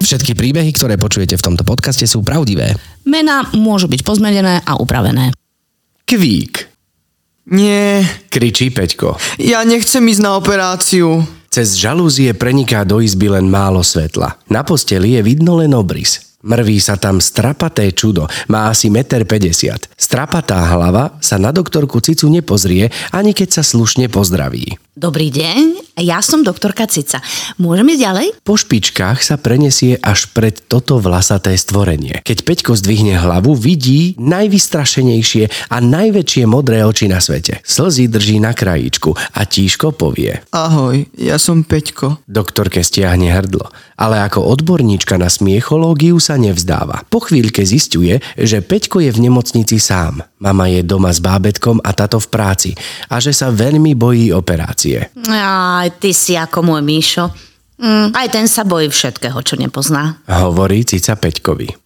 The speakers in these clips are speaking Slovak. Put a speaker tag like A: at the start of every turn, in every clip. A: Všetky príbehy, ktoré počujete v tomto podcaste, sú pravdivé.
B: Mená môžu byť pozmenené a upravené.
C: Kvík. Nie,
A: Kričí Peťko.
C: ja nechcem ísť na operáciu.
A: Cez žalúzie preniká do izby len málo svetla. Na posteli je vidno len obrys. Mrví sa tam strapaté čudo, má asi 1,50 m. Strapatá hlava sa na doktorku Cicu nepozrie, ani keď sa slušne pozdraví.
B: Dobrý deň, ja som doktorka Cica. Môžeme ísť ďalej?
A: Po špičkách sa prenesie až pred toto vlasaté stvorenie. Keď Peťko zdvihne hlavu, vidí najvystrašenejšie a najväčšie modré oči na svete. Slzy drží na krajíčku a tížko povie.
C: Ahoj, ja som Peťko.
A: Doktorke stiahne hrdlo, ale ako odborníčka na smiechológiu sa nevzdáva. Po chvíľke zistuje, že Peťko je v nemocnici sám. Mama je doma s bábetkom a táto v práci a že sa veľmi bojí operácie.
B: Aj ty si ako môj Míšo. Mm, aj ten sa bojí všetkého, čo nepozná.
A: Hovorí Cica Peťkovi.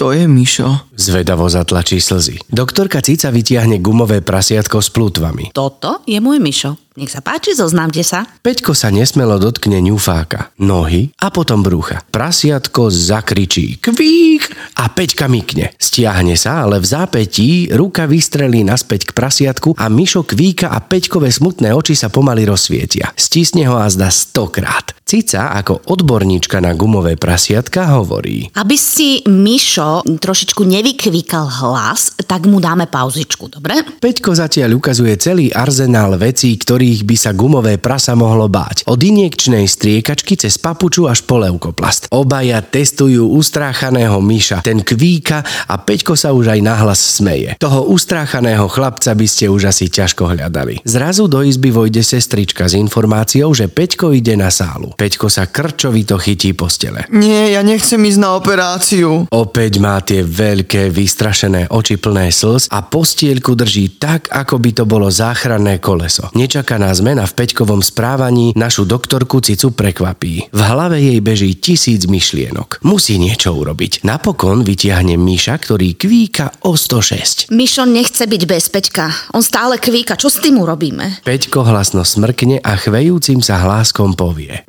C: To je Mišo.
A: Zvedavo zatlačí slzy. Doktorka Cica vytiahne gumové prasiatko s plútvami.
B: Toto je môj Mišo. Nech sa páči, zoznámte sa.
A: Peťko sa nesmelo dotkne ňufáka, nohy a potom brucha. Prasiatko zakričí kvík a Peťka mykne. Stiahne sa, ale v zápetí ruka vystrelí naspäť k prasiatku a Mišo kvíka a Peťkové smutné oči sa pomaly rozsvietia. Stisne ho a zda stokrát. Cica ako odborníčka na gumové prasiatka hovorí.
B: Aby si Mišo trošičku nevykvíkal hlas, tak mu dáme pauzičku, dobre?
A: Peťko zatiaľ ukazuje celý arzenál vecí, ktorých by sa gumové prasa mohlo báť. Od injekčnej striekačky cez papuču až po leukoplast. Obaja testujú ustráchaného myša. Ten kvíka a Peťko sa už aj nahlas smeje. Toho ustráchaného chlapca by ste už asi ťažko hľadali. Zrazu do izby vojde sestrička s informáciou, že Peťko ide na sálu. Peťko sa krčovito chytí postele.
C: Nie, ja nechcem ísť na operáciu.
A: Opäť má tie veľké, vystrašené oči plné slz a postielku drží tak, ako by to bolo záchranné koleso. Nečakaná zmena v Peťkovom správaní našu doktorku Cicu prekvapí. V hlave jej beží tisíc myšlienok. Musí niečo urobiť. Napokon vytiahne Miša, ktorý kvíka o 106.
B: Mišo nechce byť bez Peťka. On stále kvíka. Čo s tým urobíme?
A: Peťko hlasno smrkne a chvejúcim sa hláskom povie.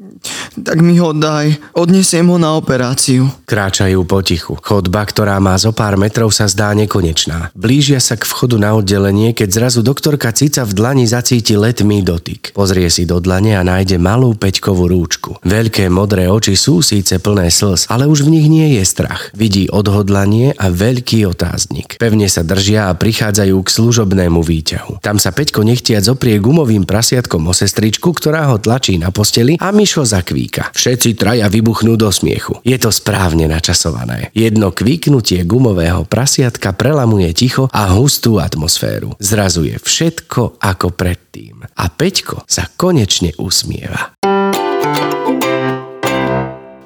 C: Tak mi ho daj, odnesiem ho na operáciu.
A: Kráčajú potichu. Chodba, ktorá má zo pár metrov, sa zdá nekonečná. Blížia sa k vchodu na oddelenie, keď zrazu doktorka Cica v dlani zacíti letmý dotyk. Pozrie si do dlane a nájde malú peťkovú rúčku. Veľké modré oči sú síce plné slz, ale už v nich nie je strach. Vidí odhodlanie a veľký otáznik. Pevne sa držia a prichádzajú k služobnému výťahu. Tam sa Peťko nechtiac oprie gumovým prasiatkom o sestričku, ktorá ho tlačí na posteli a Mišo zakvíka. Všetci traja vybuchnú do smiechu. Je to správne načasované. Jedno kvíknutie gumového prasiatka prelamuje ticho a hustú atmosféru. Zrazuje všetko ako predtým. A Peťko sa konečne usmieva.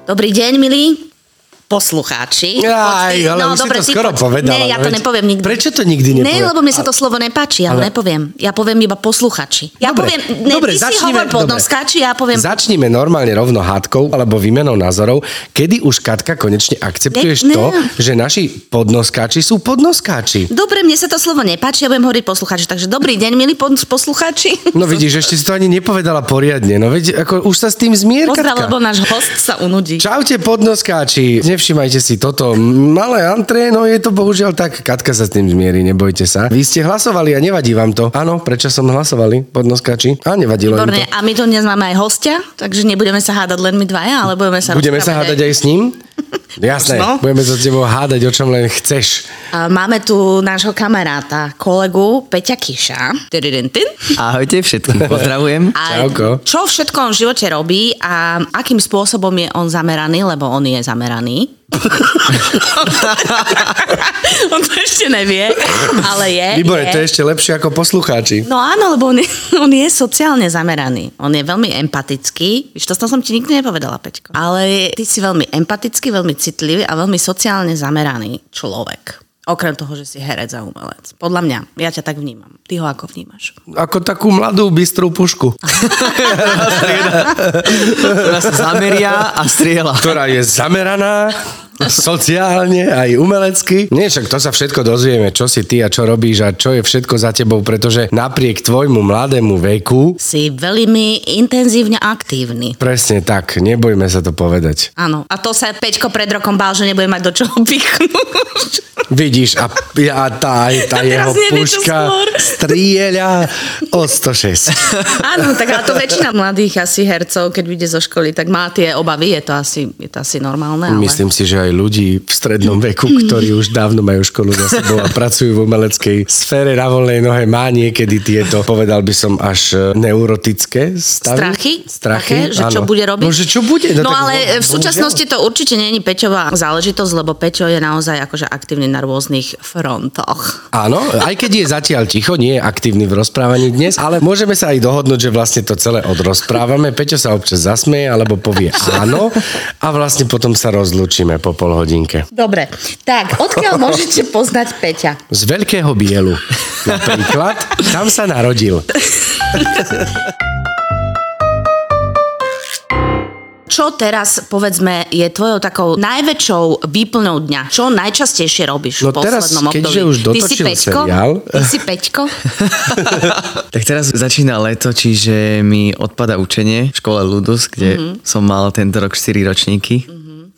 B: Dobrý deň, milí poslucháči. No,
A: Aj, ale už si to skoro
B: poď.
A: povedala,
B: Nie, ja
A: no
B: to
A: veď.
B: nepoviem nikdy.
A: Prečo to nikdy
B: Ne,
A: nepovedala?
B: lebo mne sa to slovo nepáči, ja ale... nepoviem. Ja poviem iba posluchači. Ja
A: Dobre,
B: poviem, ne,
A: dobre,
B: ty si
A: začnime-
B: hovor
A: dobre.
B: podnoskáči, ja poviem...
A: Začnime normálne rovno hádkou alebo výmenou názorov, kedy už Katka konečne akceptuješ
B: Ne- ne.
A: to, že naši podnoskáči sú podnoskáči.
B: Dobre, mne sa to slovo nepáči, ja budem hovoriť posluchači. Takže dobrý deň, milí pod- posluchači.
A: No vidíš, ešte si to ani nepovedala poriadne. No veď, ako už sa s tým zmier,
B: Pozdrav,
A: Katka.
B: lebo náš host sa unudí.
A: Čaute podnoskáči, nevšimajte si toto malé antré, no je to bohužiaľ tak, Katka sa s tým zmierí, nebojte sa. Vy ste hlasovali a nevadí vám to. Áno, prečo som hlasovali, podnoskáči? A nevadilo im
B: Výborne,
A: to.
B: a my tu dnes máme aj hostia, takže nebudeme sa hádať len my dvaja, ale budeme sa
A: Budeme sa hádať aj s ním? Jasné,
B: Možno.
A: budeme sa s tebou hádať, o čom len chceš.
B: A máme tu nášho kamaráta, kolegu Peťa Kiša. Tyririntin.
C: Ahojte všetkým, pozdravujem.
B: A
A: Čauko.
B: čo všetko on v živote robí a akým spôsobom je on zameraný, lebo on je zameraný. on to ešte nevie, ale je.
A: Výborne,
B: E, je.
A: to je ešte lepšie ako poslucháči.
B: No áno, lebo on je, on je sociálne zameraný. On je veľmi empatický. Víš, to som ti nikdy nepovedala, Peťko. Ale ty si veľmi empatický, veľmi citlivý a veľmi sociálne zameraný človek. Okrem toho, že si herec a umelec. Podľa mňa, ja ťa tak vnímam. Ty ho ako vnímaš?
A: Ako takú mladú, bystrú pušku,
C: Ktorá sa zameria a strieľa.
A: ktorá je zameraná sociálne, aj umelecky. Nie, však to sa všetko dozvieme, čo si ty a čo robíš a čo je všetko za tebou, pretože napriek tvojmu mladému veku,
B: Si veľmi intenzívne aktívny.
A: presne tak, nebojme sa to povedať.
B: Áno. A to sa Peťko pred rokom bál, že nebude mať do čoho pichnúť.
A: Vidíš, a, a tá, tá
B: A
A: jeho
B: teraz nevie, čo
A: puška
B: skôr.
A: strieľa o 106.
B: Áno, tak ale to väčšina mladých asi hercov, keď vyjde zo školy, tak má tie obavy, je to asi, je to asi normálne. Ale...
A: Myslím si, že aj ľudí v strednom veku, ktorí už dávno majú školu za sebou a pracujú v umeleckej sfére na voľnej nohe, má niekedy tieto, povedal by som, až e, neurotické stavy.
B: Strachy?
A: Strachy,
B: Také, že čo
A: áno.
B: bude robiť?
A: No, že čo bude?
B: No,
A: tak
B: no ale
A: bo-
B: v súčasnosti to určite není Peťová záležitosť, lebo Peťo je naozaj akože aktívny na rôznych
A: bohužiaľ.
B: frontoch.
A: Áno, aj keď je zatiaľ ticho, nie je aktívny v rozprávaní dnes, ale môžeme sa aj dohodnúť, že vlastne to celé odrozprávame. Peťo sa občas zasmeje alebo povie áno a vlastne potom sa rozlúčime po pol hodinke.
B: Dobre, tak odkiaľ môžete poznať Peťa?
A: Z Veľkého Bielu napríklad, tam sa narodil.
B: Čo teraz, povedzme, je tvojou takou najväčšou výplňou dňa? Čo najčastejšie robíš
A: No
B: v
A: teraz,
B: poslednom
A: keďže
B: období?
A: už
B: Ty si
A: dotočil
B: Peťko?
A: seriál.
B: Ty si Peťko?
C: Tak teraz začína leto, čiže mi odpada učenie v škole Ludus, kde som mal tento rok 4 ročníky,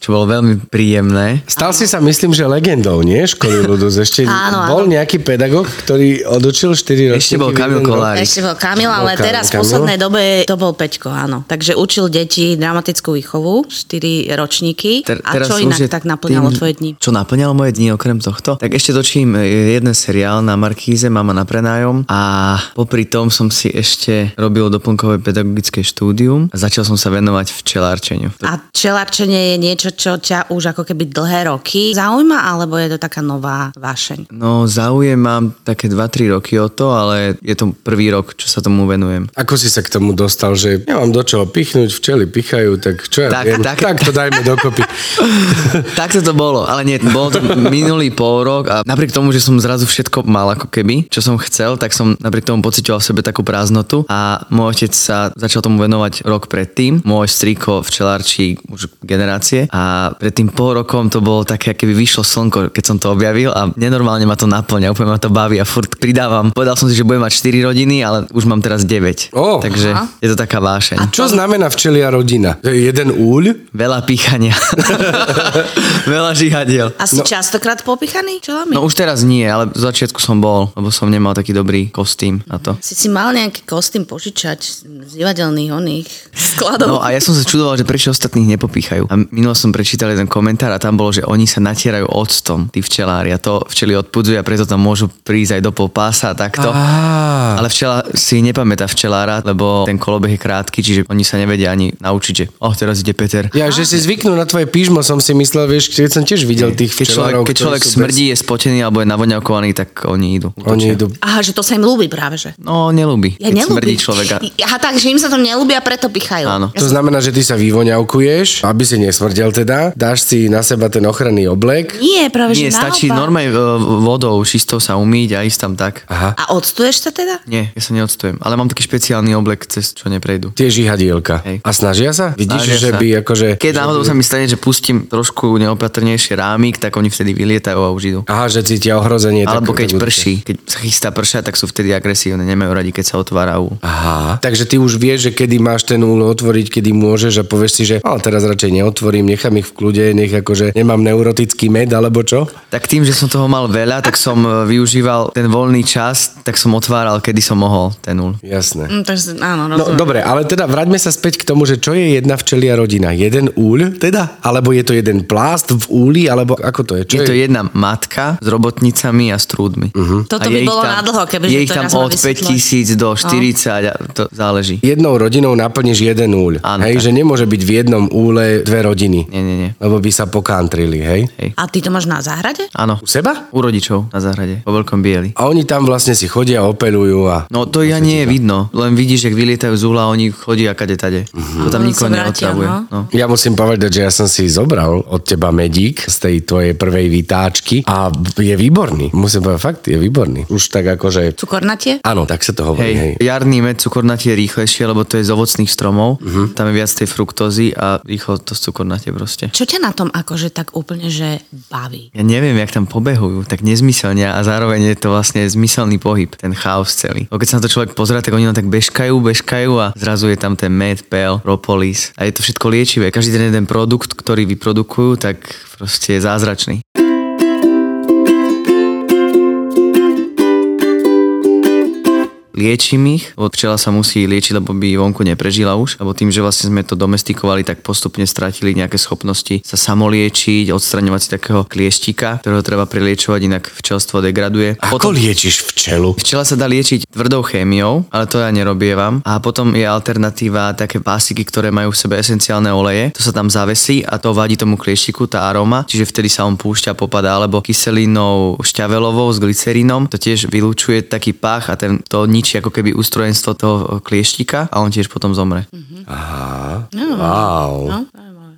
C: čo bolo veľmi príjemné.
A: Stal si sa, myslím, že legendou, nie? Školy Ludus. Ešte
B: Áno, áno.
A: bol nejaký pedagóg, ktorý odočil 4 roky.
C: Ešte bol Kamil Kolárik.
B: Ešte bol Kamil, ale
A: Bol Ka-
B: teraz
A: Kamil.
B: v poslednej dobe to bol Peťko, áno. Takže učil deti dramatickú výchovu, 4 ročníky.
C: Ter-
B: a čo
C: už
B: inak
C: je
B: tak naplňalo tvoje dni?
C: Čo naplňalo moje dni okrem tohto? Tak ešte točím e, jeden seriál na Markíze, Mama na prenájom a popri tom som si ešte robil doplnkové pedagogické štúdium a začal som sa venovať včelárčeniu.
B: A čelarčenie je niečo, čo ťa už ako keby dlhé roky zaujíma, alebo je to taká nová vášeň?
C: No záujem mám také 2-3 roky o to, ale je to prvý rok, čo sa tomu venujem.
A: Ako si sa k tomu dostal, že ja mám do čoho pichnúť, včely pichajú, tak čo ja
C: Tak,
A: viem, tak. tak
C: tak.
A: to dajme dokopy.
C: Takto to bolo, ale nie, bolo to minulý pol rok a napriek tomu, že som zrazu všetko mal ako keby, čo som chcel, tak som napriek tomu pocitoval v sebe takú prázdnotu a môj otec sa začal tomu venovať rok predtým, môj strýko včelárčí už generácie a pred tým pol rokom to bolo také, keby vyšlo slnko, keď som to objavil a nenormálne ma to naplňa, úplne ma to baví a furt pridávam. Povedal som si, že budem mať 4 rodiny, ale už mám teraz 9.
A: Ó.
C: Takže
B: Aha.
C: je to taká vášeň.
A: Čo znamená včelia rodina? Že Jeden úľ?
C: Veľa píchania. Veľa žihadiel.
B: A si no. častokrát popichaný čelami?
C: No už teraz nie, ale v začiatku som bol, lebo som nemal taký dobrý kostým na to.
B: Si si mal nejaký kostým požičať z divadelných oných skladov?
C: No a ja som sa čudoval, že prečo ostatných nepopíchajú. A minulo som prečítal jeden komentár a tam bolo, že oni sa natierajú octom, tí včelári a to včeli odpudzujú a preto tam môžu prísť aj do pol pása a takto.
A: Á,
C: Ale včela si nepamätá včelára, lebo ten kolobeh je krátky, čiže oni sa nevedia ani naučiť, že oh, teraz ide Peter.
A: ja, že si zvyknú na tvoje pížmo, som si myslel, vieš, keď som tiež videl tých
C: Keď človek,
A: včelárov,
C: keď
A: ktorí
C: človek
A: sú bez-
C: smrdí, je spotený alebo je navoňakovaný, tak oni idú.
A: Oni
C: Útočia.
A: idú
B: Aha, že to sa im ľúbi práve, že?
C: No, nelúbi.
B: Ja
C: keď smrdí
B: nelúbim.
C: človeka.
B: Aha, takže im sa to nelúbi a preto pichajú.
C: Áno.
A: To znamená, že ty sa vyvoňavkuješ, aby si nesmrdel teda, dáš si na seba ten ochranný oblek.
B: Nie, práve,
C: Nie,
B: že
C: stačí
B: naopak.
C: normálne e, vodou, čistou sa umýť a ísť tam tak.
A: Aha.
B: A odstuješ sa teda?
C: Nie, ja sa neodstujem. Ale mám taký špeciálny oblek, cez čo neprejdu.
A: Tie žihadielka.
C: Hej.
A: A snažia sa? Vidíš,
C: Snažia
A: že
C: sa.
A: by akože...
C: Keď náhodou sa mi stane, že pustím trošku neopatrnejšie rámik, tak oni vtedy vylietajú a už idú.
A: Aha, že cítia ohrozenie. tak-
C: Alebo keď
A: tak-
C: prší, keď sa chystá pršať, tak sú vtedy agresívne, nemajú radi, keď sa otvára u.
A: Aha. Takže ty už vieš, že kedy máš ten úl otvoriť, kedy môžeš a povieš si, že ale teraz radšej neotvorím, nechám ich v kľude, nech akože nemám neurotický med alebo čo.
C: Tak tým, že som toho mal veľa, tak som e, využíval ten voľný čas, tak som otváral, kedy som mohol ten úl.
A: Jasné.
B: Mm, takže, áno,
A: No
C: Mhm.
B: rozumiem.
A: dobre, ale teda vráťme sa späť k tomu, že čo je jedna včelia rodina? Jeden úľ teda? Alebo je to jeden plást v úli? Alebo ako to je? Mhm. Čo
C: Je to jedna matka s robotnicami a s trúdmi. Uh-huh.
B: Toto No by bolo na dlho, keby
C: Je
B: že
C: ich
B: to
C: tam
B: raz mal
C: od 5
B: vysvetľovať. No.
C: tisíc do 40, a to záleží.
A: jednou rodinou naplníš jeden úľ.
C: Áno,
A: hej,
C: tak.
A: že nemôže byť v jednom úle dve rodiny.
C: Nie, nie, nie.
A: Lebo by sa pokantrili, hej?
B: A ty to máš na záhrade?
C: Áno.
A: U seba?
C: U rodičov na záhrade, po veľkom bieli.
A: A oni tam vlastne si chodia, opelujú a...
C: No to ja nie je vidno, len vidíš, že lietajú z úla a oni chodia kade tade. To tam
B: Len sa
C: nikoho
B: vrátia,
C: neotravuje.
B: no.
C: No.
A: Ja musím povedať, že ja som si zobral od teba medík z tej tvojej prvej vytáčky a je výborný. Musím povedať, fakt je výborný. Už tak akože...
B: Cukornatie?
A: Áno, tak sa to hovorí, hej.
C: Hej, jarný med cukornatie je rýchlejšie, lebo to je z ovocných stromov, tam je viac tej fruktózy a rýchlo to z cukornatie proste.
B: Čo ťa na tom akože tak úplne, že baví?
C: Ja neviem, jak tam pobehujú, tak nezmyselne a zároveň je to vlastne zmyselný pohyb, ten chaos celý. Lebo keď sa na to človek pozrie, tak oni len tak bežkajú, bežkajú a zrazu je tam ten med, pel, propolis a je to všetko liečivé. Každý ten jeden produkt, ktorý vyprodukujú, tak proste je zázračný. liečím ich, lebo včela sa musí liečiť, lebo by vonku neprežila už, lebo tým, že vlastne sme to domestikovali, tak postupne stratili nejaké schopnosti sa samoliečiť, odstraňovať si takého klieštika, ktorého treba preliečovať, inak včelstvo degraduje.
A: Ako
C: Potom-
A: liečiš včelu?
C: Včela sa dá liečiť tvrdou chémiou, ale to ja nerobievam. A potom je alternatíva také pásiky, ktoré majú v sebe esenciálne oleje. To sa tam zavesí a to vadí tomu klieštiku, tá aroma, čiže vtedy sa on púšťa, popadá, alebo kyselinou šťavelovou s glycerínom. To tiež vylúčuje taký pach a ten, to ničí ako keby ústrojenstvo toho klieštika a on tiež potom zomre.
A: Aha, wow.
B: No?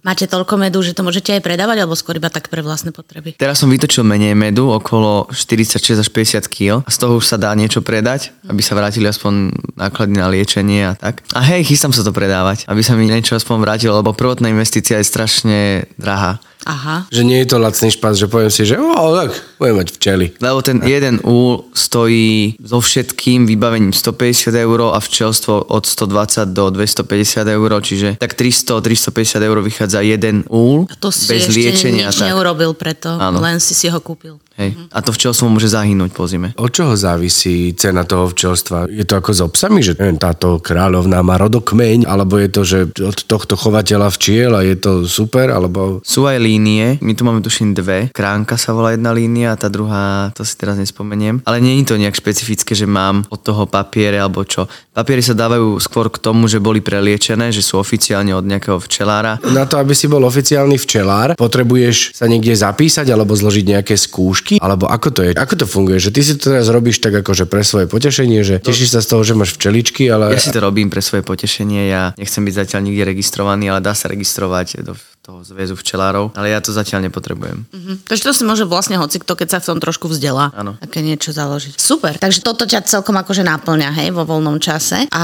B: Máte toľko medu, že to môžete aj predávať, alebo skôr iba tak pre vlastné potreby?
C: Teraz som vytočil menej medu, okolo 46 až 50 kg a z toho už sa dá niečo predať, aby sa vrátili aspoň náklady na liečenie a tak. A hej, chystám sa to predávať, aby sa mi niečo aspoň vrátilo, lebo prvotná investícia je strašne drahá.
B: Aha.
A: Že nie je to lacný špás, že poviem si, že o, tak budem mať včely.
C: Lebo ten jeden úl stojí so všetkým vybavením 150 eur a včelstvo od 120 do 250 eur, čiže tak 300-350 eur vychádza jeden úl
B: A to si
C: bez
B: ešte
C: liečenia.
B: nič Mhm.
C: tak.
B: neurobil preto,
C: Áno.
B: len si si ho kúpil.
C: Hej. A to včelstvo môže zahynúť po zime.
A: Od čoho závisí cena toho včelstva? Je to ako s obsami, že neviem, táto kráľovná má rodokmeň, alebo je to, že od tohto chovateľa včiel a je to super, alebo
C: Sú aj línie, my tu máme tuším dve. Kránka sa volá jedna línia a tá druhá, to si teraz nespomeniem. Ale nie je to nejak špecifické, že mám od toho papiere alebo čo. Papiery sa dávajú skôr k tomu, že boli preliečené, že sú oficiálne od nejakého včelára.
A: na to, aby si bol oficiálny včelár, potrebuješ sa niekde zapísať alebo zložiť nejaké skúšky, alebo ako to je? Ako to funguje? Že ty si to teraz robíš tak akože pre svoje potešenie, že tešíš sa z toho, že máš včeličky, ale...
C: Ja si to robím pre svoje potešenie, ja nechcem byť zatiaľ nikde registrovaný, ale dá sa registrovať do toho zväzu včelárov, ale ja to zatiaľ nepotrebujem.
B: Mhm. Takže to si môže vlastne hoci kto, keď sa v tom trošku vzdelá.
C: Áno.
B: Také niečo založiť. Super, takže toto ťa celkom akože náplňa, hej, vo voľnom čase. A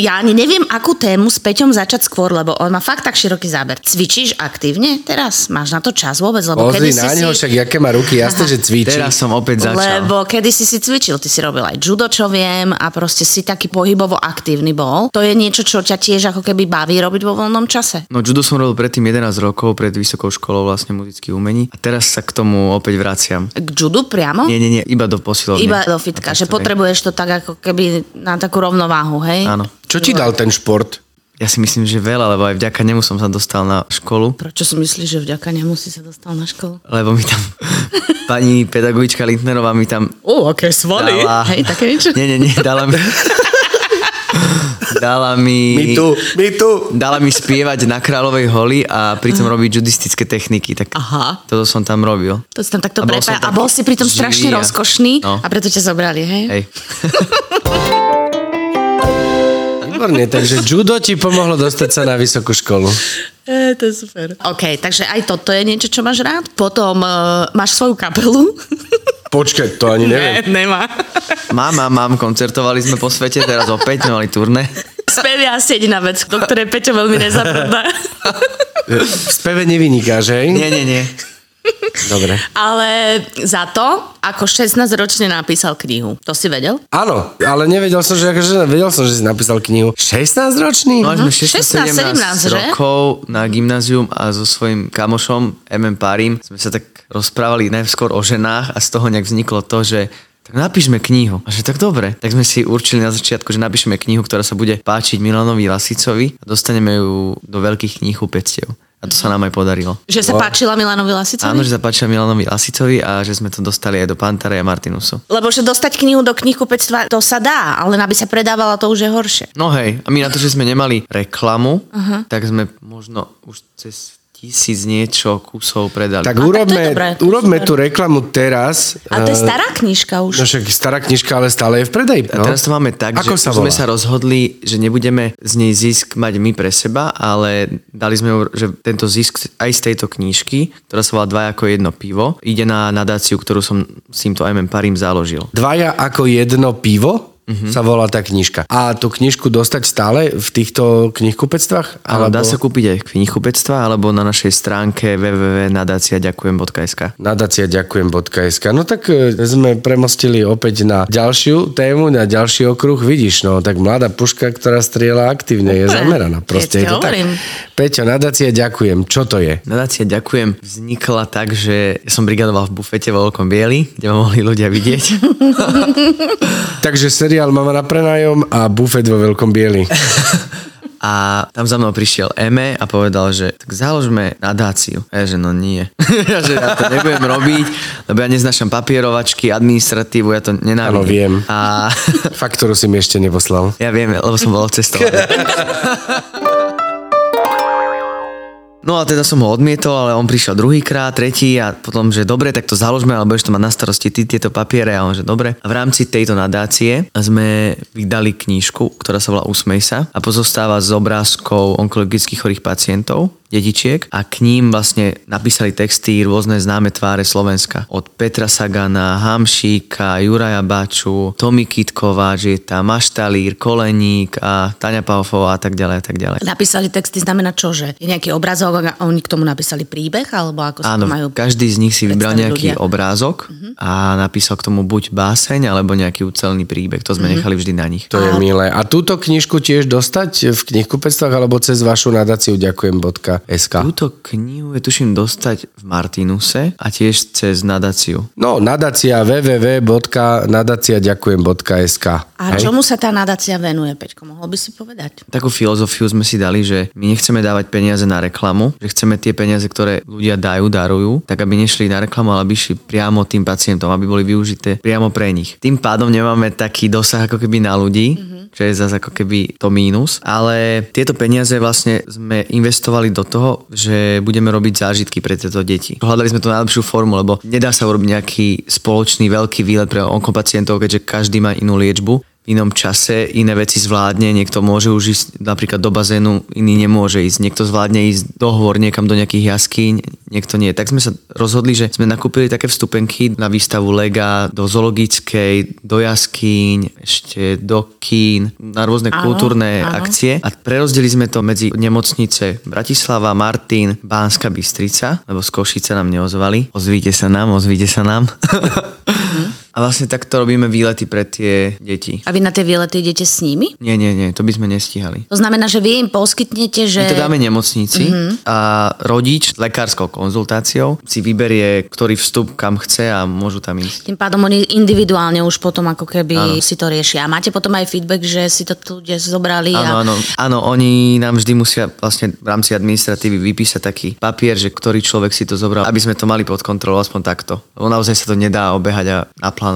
B: ja ani neviem, akú tému s Peťom začať skôr, lebo on má fakt tak široký záber. Cvičíš aktívne teraz? Máš na to čas vôbec? Lebo
A: Pozri
B: kedy
A: na
B: si
A: neho,
B: si...
A: však jaké má ruky, jasne, že cvičí.
C: Teraz som opäť začal.
B: Lebo kedy si si cvičil, ty si robil aj judo, čo viem, a proste si taký pohybovo aktívny bol. To je niečo, čo ťa tiež ako keby baví robiť vo voľnom čase.
C: No judo som robil predtým 11 rokov, pred vysokou školou vlastne muzických umení a teraz sa k tomu opäť vraciam.
B: K judu priamo?
C: Nie, nie, nie, iba do posilovne.
B: Iba do fitka, že potrebuješ to tak ako keby na takú rovnováhu, hej?
C: Áno.
A: Čo ti dal ten šport?
C: Ja si myslím, že veľa, lebo aj vďaka nemu som sa dostal na školu,
B: Prečo si myslíš, že vďaka nemu si sa dostal na školu?
C: lebo mi tam pani pedagogička Lindnerová mi tam
B: Ó, aké svaly.
C: dala...
B: Hej, také niečo.
C: Nie, nie, nie, dala mi... dala mi...
A: my tu.
C: Dala mi spievať na Kráľovej holi a pritom robiť judistické techniky. Tak
B: Aha.
C: toto som tam robil.
B: To si tam takto
C: A bol som
B: prepája. A
C: taký
B: bol si pritom
C: živý
B: strašne
C: a-
B: rozkošný
C: No.
B: a preto ťa zobrali, hej?
C: Hej.
A: Výborne, takže judo ti pomohlo dostať sa na vysokú školu.
B: E, to je super. OK, takže aj toto je niečo, čo máš rád. Potom e, máš svoju kapelu.
A: Počkaj, to ani neviem.
B: nemá.
C: Mám, mám, mám, koncertovali sme po svete, teraz opäť sme mali turné.
B: Spev je asi jediná vec, do ktorej Peťo veľmi nezabrdá.
A: V speve nevynikáš, hej?
C: Nie, nie, nie.
A: Dobre.
B: Ale za to, ako 16-ročne napísal knihu. To si vedel?
A: Áno, ale nevedel som, že akože, vedel som, že si napísal knihu. 16-ročný?
C: Mali sme
B: 16, 17, že?
C: 16-17 rokov na gymnázium a so svojím kamošom MM Parim sme sa tak rozprávali najskôr o ženách a z toho nejak vzniklo to, že tak napíšme knihu. A že tak dobre. Tak sme si určili na začiatku, že napíšeme knihu, ktorá sa bude páčiť Milanovi Lasicovi a dostaneme ju do veľkých kníh pectiev. A to sa nám aj podarilo.
B: Že sa páčila Milanovi Lasicovi?
C: No. Áno, že sa páčila Milanovi Lasicovi a že sme to dostali aj do Pantare a Martinusu.
B: Lebo že dostať knihu do knihkupectva, to sa dá, ale aby sa predávala, to už je horšie.
C: No hej, a my na to, že sme nemali reklamu, uh-huh. tak sme možno už cez tisíc niečo kusov predali.
A: Tak
B: A tak to je
A: urobme,
B: dobré, to je
A: urobme
B: super.
A: tú reklamu teraz.
B: A to je
A: Eh,
B: stará knižka už.
A: No však stará knižka, ale stále je v predaji. No.
C: A teraz to máme tak,
A: Ako
C: že
A: sa
C: už sme
A: volá?
C: sa rozhodli, že nebudeme z nej zisk mať my pre seba, ale dali sme, ju, že tento zisk aj z tejto knížky, ktorá sa volá Dva ako jedno pivo, ide na nadáciu, ktorú som s týmto Aimem Parim založil.
A: Dvaja ako jedno pivo? mm-hmm. sa volá tá knižka. A tú knižku dostať stále v týchto knihkupectvách?
C: Áno, dá sa kúpiť aj knihkupectva alebo na našej stránke www.nadaciaďakujem.sk.
A: Nadácia ďakujem.sk. No tak e, sme premostili opäť na ďalšiu tému, na ďalší okruh. Vidíš, no tak mladá puška, ktorá strieľa aktívne, je
B: Úplne.
A: zameraná. Proste je
B: Ja ti
A: to tak.
B: hovorím.
A: Peťo, nadácia ďakujem. Čo to je?
C: Nadácia Ďakujem vznikla tak, že ja som brigadoval v bufete vo Veľkom Bieli, kde ma mohli ľudia vidieť.
A: Takže seriál Mama na prenájom a bufet vo Veľkom Bieli.
C: A tam za mnou prišiel Eme a povedal, že tak založme nadáciu. A ja, že no nie. ja, že ja to nebudem robiť, lebo ja neznášam papierovačky, administratívu, ja to nenávidím.
A: Áno, viem.
C: A
A: Faktúru si mi ešte neposlal.
C: ja viem, lebo som bol odcestovaný. No a teda som ho odmietol, ale on prišiel druhýkrát, tretí a potom, že dobre, tak to založme, ale budeš to mať na starosti ty tieto papiere a on, že dobre. A v rámci tejto nadácie sme vydali knížku, ktorá sa volá Usmej sa a pozostáva z obrázkov onkologických chorých pacientov, detičiek a k ním vlastne napísali texty rôzne známe tváre Slovenska. Od Petra Sagana, Hamšíka, Juraja Baču, Tomi Kitková, že je tam Maštalír, Koleník a Tania Paufová a tak ďalej a tak ďalej.
B: Napísali texty, znamená čo, že je nejaký obrazok a oni k tomu napísali príbeh, alebo ako sa
C: Áno,
B: to majú...
C: každý z nich si vybral
B: predstaviť
C: nejaký
B: ľudia. Mhm.
C: obrázok a napísal k tomu buď báseň, alebo nejaký ucelný príbeh. To
B: Mhm.
C: sme nechali vždy na nich.
A: To je milé. A túto knižku tiež dostať v knihkupectvách alebo cez vašu nadáciu ďakujem.sk.
C: Túto knihu je tuším dostať v Martinuse a tiež cez nadáciu.
A: No, nadácia www.nadaciaďakujem.sk
B: A čomu sa tá nadácia venuje, Peťko? Mohol by si povedať?
C: Takú filozofiu sme si dali, že my nechceme dávať peniaze na reklamu, že chceme tie peniaze, ktoré ľudia dajú, darujú, tak aby nešli na reklamu, ale aby išli priamo tým pacientom, aby boli využité priamo pre nich. Tým pádom nemáme taký dosah ako keby na ľudí, čo je zase ako keby to mínus, ale tieto peniaze vlastne sme investovali do toho, že budeme robiť zážitky pre tieto deti. Hľadali sme tú najlepšiu formu, lebo nedá sa urobiť nejaký spoločný veľký výlet pre onkopacientov, keďže každý má inú liečbu v inom čase, iné veci zvládne, niekto môže už ísť napríklad do bazénu, iný nemôže ísť, niekto zvládne ísť do hôr, niekam do nejakých jaskýň, niekto nie. Tak sme sa rozhodli, že sme nakúpili také vstupenky na výstavu Lega, do zoologickej, do jaskýň, ešte do kín, na rôzne
B: Áno,
C: kultúrne
B: áno.
C: akcie a prerozdeli sme to medzi nemocnice Bratislava, Martin, Bánska Bystrica, lebo z Košice nám neozvali. Ozvíte sa nám, ozvíte sa nám.
B: Mhm.
C: A vlastne takto robíme výlety pre tie deti.
B: A vy na tie výlety idete s nimi?
C: Nie, nie, nie, to by sme nestihali.
B: To znamená, že vy im poskytnete, že...
C: My to dáme nemocnici a rodič s lekárskou konzultáciou si vyberie, ktorý vstup kam chce a môžu tam ísť.
B: Tým pádom oni individuálne už potom ako keby ano. si to riešia. A máte potom aj feedback, že si to tu ľudia zobrali a...
C: Áno, áno, áno, oni nám vždy musia vlastne v rámci administratívy vypísať taký papier, že ktorý človek si to zobral, aby sme to mali pod kontrolou, aspoň takto. Lebo naozaj sa to nedá obehať a naplánovať.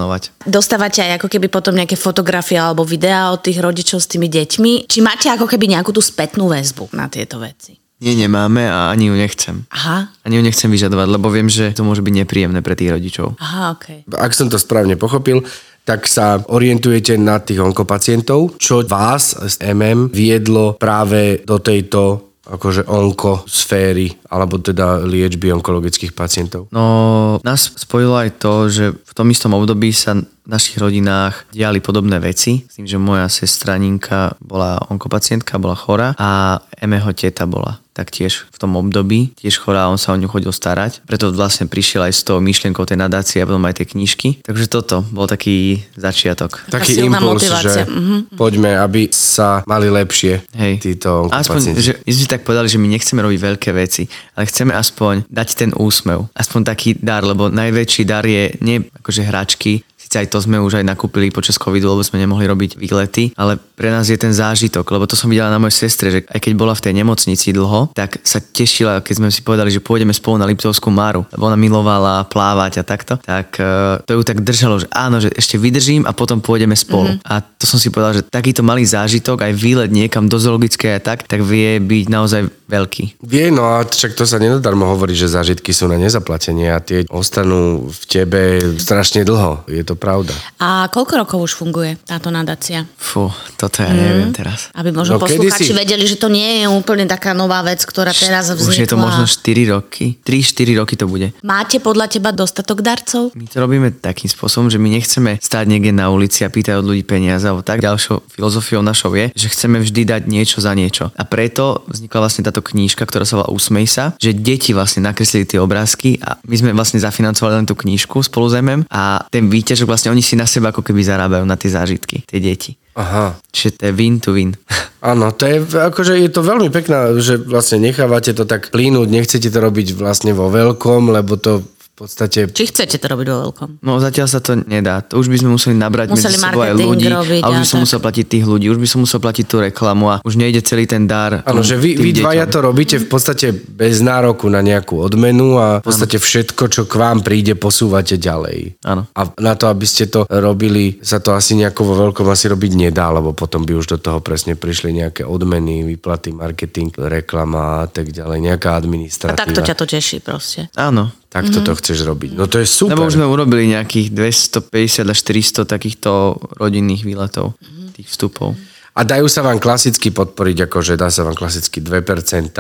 B: Dostávate aj ako keby potom nejaké fotografie alebo videá od tých rodičov s tými deťmi. Či máte ako keby nejakú tú spätnú väzbu na tieto veci?
C: Nie, nemáme a ani ju nechcem.
B: Aha,
C: Ani ju nechcem vyžadovať, lebo viem, že to môže byť nepríjemné pre tých rodičov.
B: aha, okej.
A: Ak som to správne pochopil, tak sa orientujete na tých onkopacientov, čo vás z MM viedlo práve do tejto akože onko sféry, alebo teda liečby onkologických pacientov.
C: No, nás spojilo aj to, že v tom istom období sa v našich rodinách diali podobné veci, s tým, že moja sestraninka bola onkopacientka, bola chora a Emeho teta bola taktiež v tom období, tiež chorá, on sa o ňu chodil starať, preto vlastne prišiel aj s tou myšlienkou tej nadácie a potom aj tej knižky. Takže toto bol taký začiatok.
B: Taká
A: Taký
B: silná
A: impuls,
B: motivácia, Mhm.
A: že poďme, aby sa mali lepšie
C: Hej.
A: títo
C: aspoň,
A: onkopacienti.
C: že my sme tak povedali, že my nechceme robiť veľké veci, ale chceme aspoň dať ten úsmev. Aspoň taký dar, lebo najväčší dar je nie akože hračky, Sice aj to sme už aj nakúpili počas covidu, lebo sme nemohli robiť výlety, ale pre nás je ten zážitok, lebo to som videla na mojej sestre, že aj keď bola v tej nemocnici dlho, tak sa tešila, keď sme si povedali, že pôjdeme spolu na Liptovskú Maru, lebo ona milovala plávať a takto, tak eh, to ju tak držalo, že áno, že ešte vydržím a potom pôjdeme
B: Mhm.
C: spolu. Mm-hmm. A to som si povedal, že takýto malý zážitok, aj výlet niekam do zoologické a tak, tak vie byť naozaj veľký.
A: Vie, no a však to sa nedodarmo hovorí, že zážitky sú na nezaplatenie a tie ostanú v tebe strašne dlho. Je to pravda.
B: A koľko rokov už funguje táto nadácia?
C: Fú, toto
B: Mhm.
C: ja neviem teraz.
B: Aby
A: No,
B: možno no,
A: kedy si-
B: poslucháči vedeli, že to nie je úplne taká nová vec, ktorá teraz vznikla.
C: Už je to možno 4 roky. 3-4 roky to bude.
B: Máte podľa teba dostatok darcov?
C: My to robíme takým spôsobom, že my nechceme stáť niekde na ulici a pýtať od ľudí peniaze alebo tak. Ďalšou filozofiou našou je, že chceme vždy dať niečo za niečo. A preto vznikla vlastne táto knížka, ktorá sa volá Usmej sa, že deti vlastne nakreslili tie obrázky a my sme vlastne zafinancovali len tú knížku spolu s MM a ten výťažok vlastne oni si na seba ako keby zarábajú na tie zážitky, tie deti.
A: Aha.
C: Čiže to je win to win.
A: Áno, to je, akože je to veľmi pekná, že vlastne nechávate to tak plínuť, nechcete to robiť vlastne vo veľkom, lebo to v podstate...
B: Či chcete to robiť vo veľkom?
C: No zatiaľ sa to nedá. To už by sme museli nabrať
B: Museli
C: medzi sebou aj
B: marketing
C: ľudí
B: robiť
C: a už by
B: a
C: som
B: tak.
C: musel platiť tých ľudí, už by som musel platiť tú reklamu a už nejde celý ten dar.
A: Áno, že
C: tým-
A: vy,
C: tým
A: vy dvaja
C: deťom.
A: to robíte v podstate bez nároku na nejakú odmenu a v podstate všetko, čo k vám príde, posúvate ďalej.
C: Áno.
A: A na to, aby ste to robili, sa to asi nejako vo veľkom asi robiť nedá, lebo potom by už do toho presne prišli nejaké odmeny, výplaty, marketing, reklama a tak ďalej, nejaká
B: A
A: administratíva.
B: takto ťa Mhm. to teší proste.
C: Áno.
A: Takto to chceš robiť. No to je super.
C: Lebo už sme urobili nejakých 250 až 400 takýchto rodinných výletov, tých vstupov.
A: A dajú sa vám klasicky podporiť, akože dá sa vám klasicky 2%,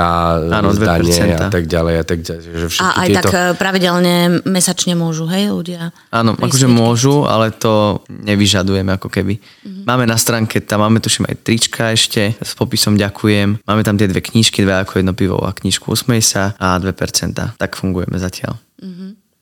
A: Áno,
C: Áno, 2%.
A: zdanie a tak ďalej a tak ďalej. Že všetky
B: A aj
A: tieto...
B: tak e, pravidelne mesačne môžu, hej, ľudia?
C: Áno, akože môžu, ale to nevyžadujeme ako keby. Máme na stránke, tam máme tuším aj trička ešte s popisom ďakujem. Máme tam tie dve knižky, dve ako jedno pivo a knižku Usmej sa a 2%. Tak fungujeme zatiaľ.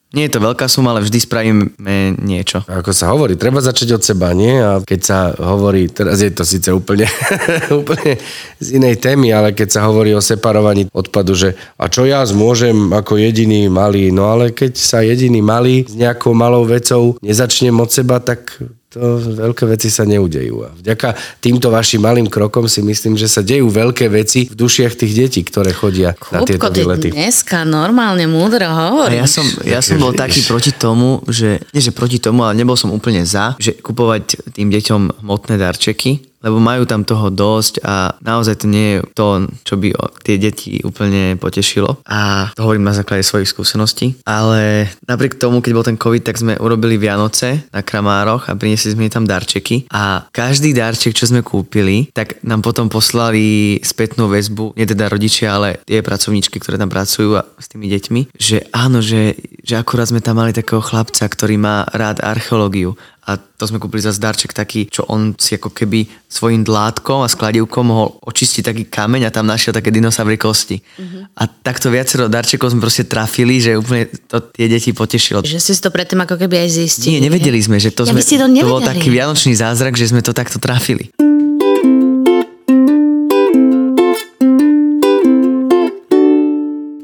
C: Nie je to veľká suma, ale vždy spravíme niečo.
A: Ako sa hovorí, treba začať od seba, nie? A keď sa hovorí, teraz je to síce úplne, úplne z inej témy, ale keď sa hovorí o separovaní odpadu, že a čo ja zmôžem ako jediný malý, no ale keď sa jediný malý s nejakou malou vecou nezačnem od seba, tak to veľké veci sa neudejú. A vďaka týmto vašim malým krokom si myslím, že sa dejú veľké veci v dušiach tých detí, ktoré chodia na tieto
B: Kupko, ty
A: výlety.
B: dneska normálne múdro
C: A
B: hovoríš.
C: ja som, ja som bol taký proti tomu, že, nie že proti tomu, ale nebol som úplne za, že kupovať tým deťom hmotné darčeky, lebo majú tam toho dosť a naozaj to nie je to, čo by o- tie deti úplne potešilo. A to hovorím na základe svojich skúseností. Ale napriek tomu, keď bol ten COVID, tak sme urobili Vianoce na Kramároch a priniesli sme im tam darčeky. A každý darček, čo sme kúpili, tak nám potom poslali spätnú väzbu, nie teda rodičia, ale tie pracovníčky, ktoré tam pracujú a s tými deťmi, že áno, že, že akurát sme tam mali takého chlapca, ktorý má rád archeológiu. A to sme kúpili za darček taký, čo on si ako keby svojim dlátkom a skladivkom mohol očistiť taký kameň a tam našiel také dinosaury kosti.
B: Mhm.
C: A takto viacero darčekov sme proste trafili, že úplne to tie deti potešilo.
B: Že si si to predtým ako keby aj zistili.
C: Nie, nevedeli sme, že to,
B: Ja by
C: sme,
B: ste to
C: to bol
B: nevedeli.
C: taký vianočný zázrak, že sme to takto trafili.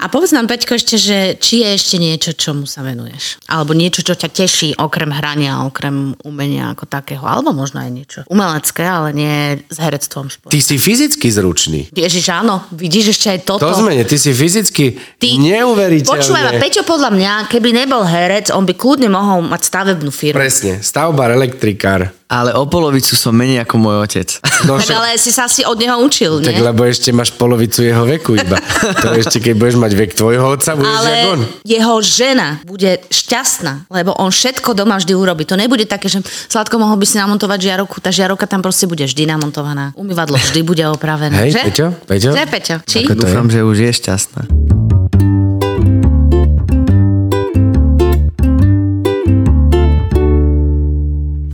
B: A povedz nám, Peťko, ešte, že či je ešte niečo, čomu sa venuješ? Alebo niečo, čo ťa teší, okrem hrania, okrem umenia ako takého. Alebo možno aj niečo umelecké, ale nie s herectvom športu.
A: Ty si fyzicky zručný.
B: Ježiš, áno, vidíš ešte aj toto.
A: To zmene, ty si fyzicky
B: Ty,
A: neuveriteľne.
B: Počúvaj ma, Peťo podľa mňa, keby nebol herec, on by kľudne mohol mať stavebnú firmu.
A: Presne, stavbar, elektrikár.
C: Ale o polovicu som menej ako môj otec.
A: No,
B: tak
A: však- No
B: ale si sa asi od neho učil,
A: tak
B: nie?
A: lebo ešte máš polovicu jeho veku iba. to ešte keď budeš mať vek tvojho otca, budeš ale... jak on.
B: ale jeho žena bude šťastná, lebo on všetko doma vždy urobí. To nebude také, že sladko mohol by si namontovať žiarovku, tá žiarovka tam proste bude vždy namontovaná. Umývadlo vždy bude opravené.
A: Hej,
B: že?
A: Peťo? Peťo?
B: Že, Peťo? Či?
A: Ako to je?
C: Dúfam, že už je šťastná.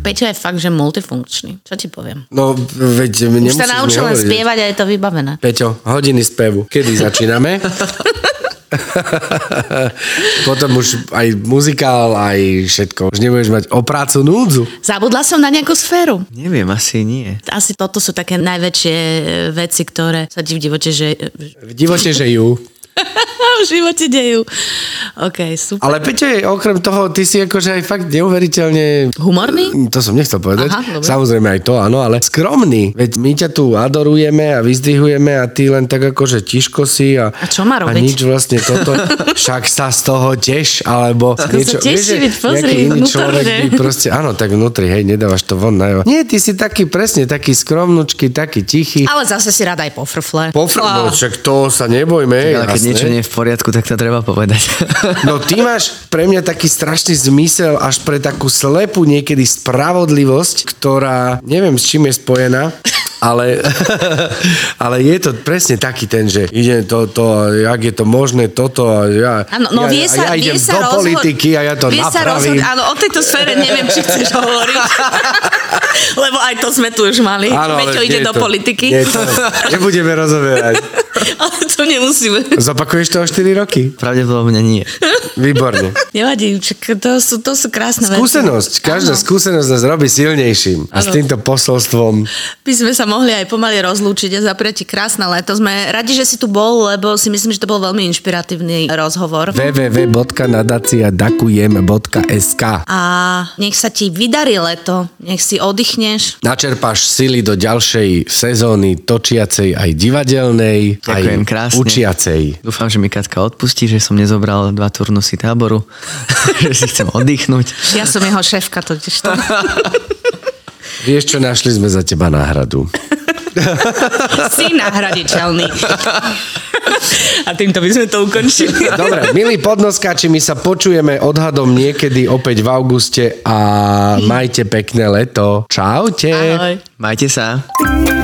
B: Peťo je fakt, že multifunkčný. Čo ti poviem?
A: No, veď
B: Už
A: nemusíš
B: sa naučil
A: mi
B: len
A: hovoriť.
B: spievať a je to vybavené.
A: Peťo, hodiny spevu. Kedy začíname? Potom už aj muzikál, aj všetko. Už nebudeš mať o prácu núdzu.
B: Zabudla som na nejakú sféru.
C: Neviem, asi nie.
B: Asi toto sú také najväčšie e, veci, ktoré sa ti v divote, že...
A: V divote, že ju.
B: v živote dejú. OK, super.
A: Ale Peťo je okrem toho, ty si akože aj fakt neuveriteľne...
B: Humorný?
A: To som nechcel povedať.
B: Aha, dobre.
A: Samozrejme aj to, áno, ale skromný. Veď my ťa tu adorujeme a vyzdvihujeme a ty len tak akože tiško si a...
B: A čo má
A: A
B: robiť?
A: nič vlastne toto, však sa z toho teš, alebo
B: sa
A: niečo.
B: teší,
A: že
B: veď pozri,
A: nejaký iný
B: vnútorne.
A: človek by proste, áno, tak vnútri, hej, nedávaš to von. Najva. Nie, ty si taký presne, taký skromnučký, taký tichý.
B: Ale zase si rada aj pofrfle.
A: Pofr- no, však to sa nebojme.
C: Ale keď
A: jasné.
C: niečo nie je v poriadku, tak to treba povedať.
A: No ty máš pre mňa taký strašný zmysel až pre takú slepú niekedy spravodlivosť, ktorá neviem s čím je spojená, ale, ale je to presne taký ten, že ide toto, a jak je to možné toto a ja,
B: Áno, no
A: ja,
B: vie
A: ja,
B: sa,
A: ja idem
B: vie
A: do
B: sa rozhod-
A: politiky a ja to
B: vie sa
A: napravím.
B: rozhod- áno, o tejto sfére neviem, či chceš hovoriť. Lebo aj to sme tu už mali.
A: Áno, ale
B: Peťo
A: nie
B: ide
A: je
B: do
A: to-
B: politiky.
A: nie je to, nebudeme rozoberať.
B: ale to nemusíme.
A: Zopakuješ to o 4 roky?
C: Pravdepodobne nie.
A: Výborne.
B: Nevadí, čak, to, sú, to sú krásne
A: Skúsenosť, každá
B: No, Áno.
A: skúsenosť nás robí silnejším. A s
B: Áno.
A: týmto posolstvom
B: By sme sa mohli aj pomaly rozlúčiť a zapriať ti krásne leto. Sme radi, že si tu bol, lebo si myslím, že to bol veľmi inšpiratívny rozhovor.
A: www.nadaciadakujem.sk
B: A nech sa ti vydarí leto, nech si oddychneš.
A: Načerpáš sily do ďalšej sezóny točiacej aj divadelnej,
C: Ďakujem
A: aj
C: krásne.
A: učiacej.
C: Dúfam, že mi Katka odpustí, že som nezobral dva turnusy táboru, že si chcem oddychnúť.
B: Ja som jeho šéfka totiž. To.
A: Vieš čo, našli sme za teba náhradu.
B: si nahraditeľný. A týmto by sme to ukončili.
A: Dobre, milí podnoskáči, my sa počujeme odhadom niekedy opäť v auguste a majte pekné leto. Čaute.
B: Ahoj.
C: Majte sa.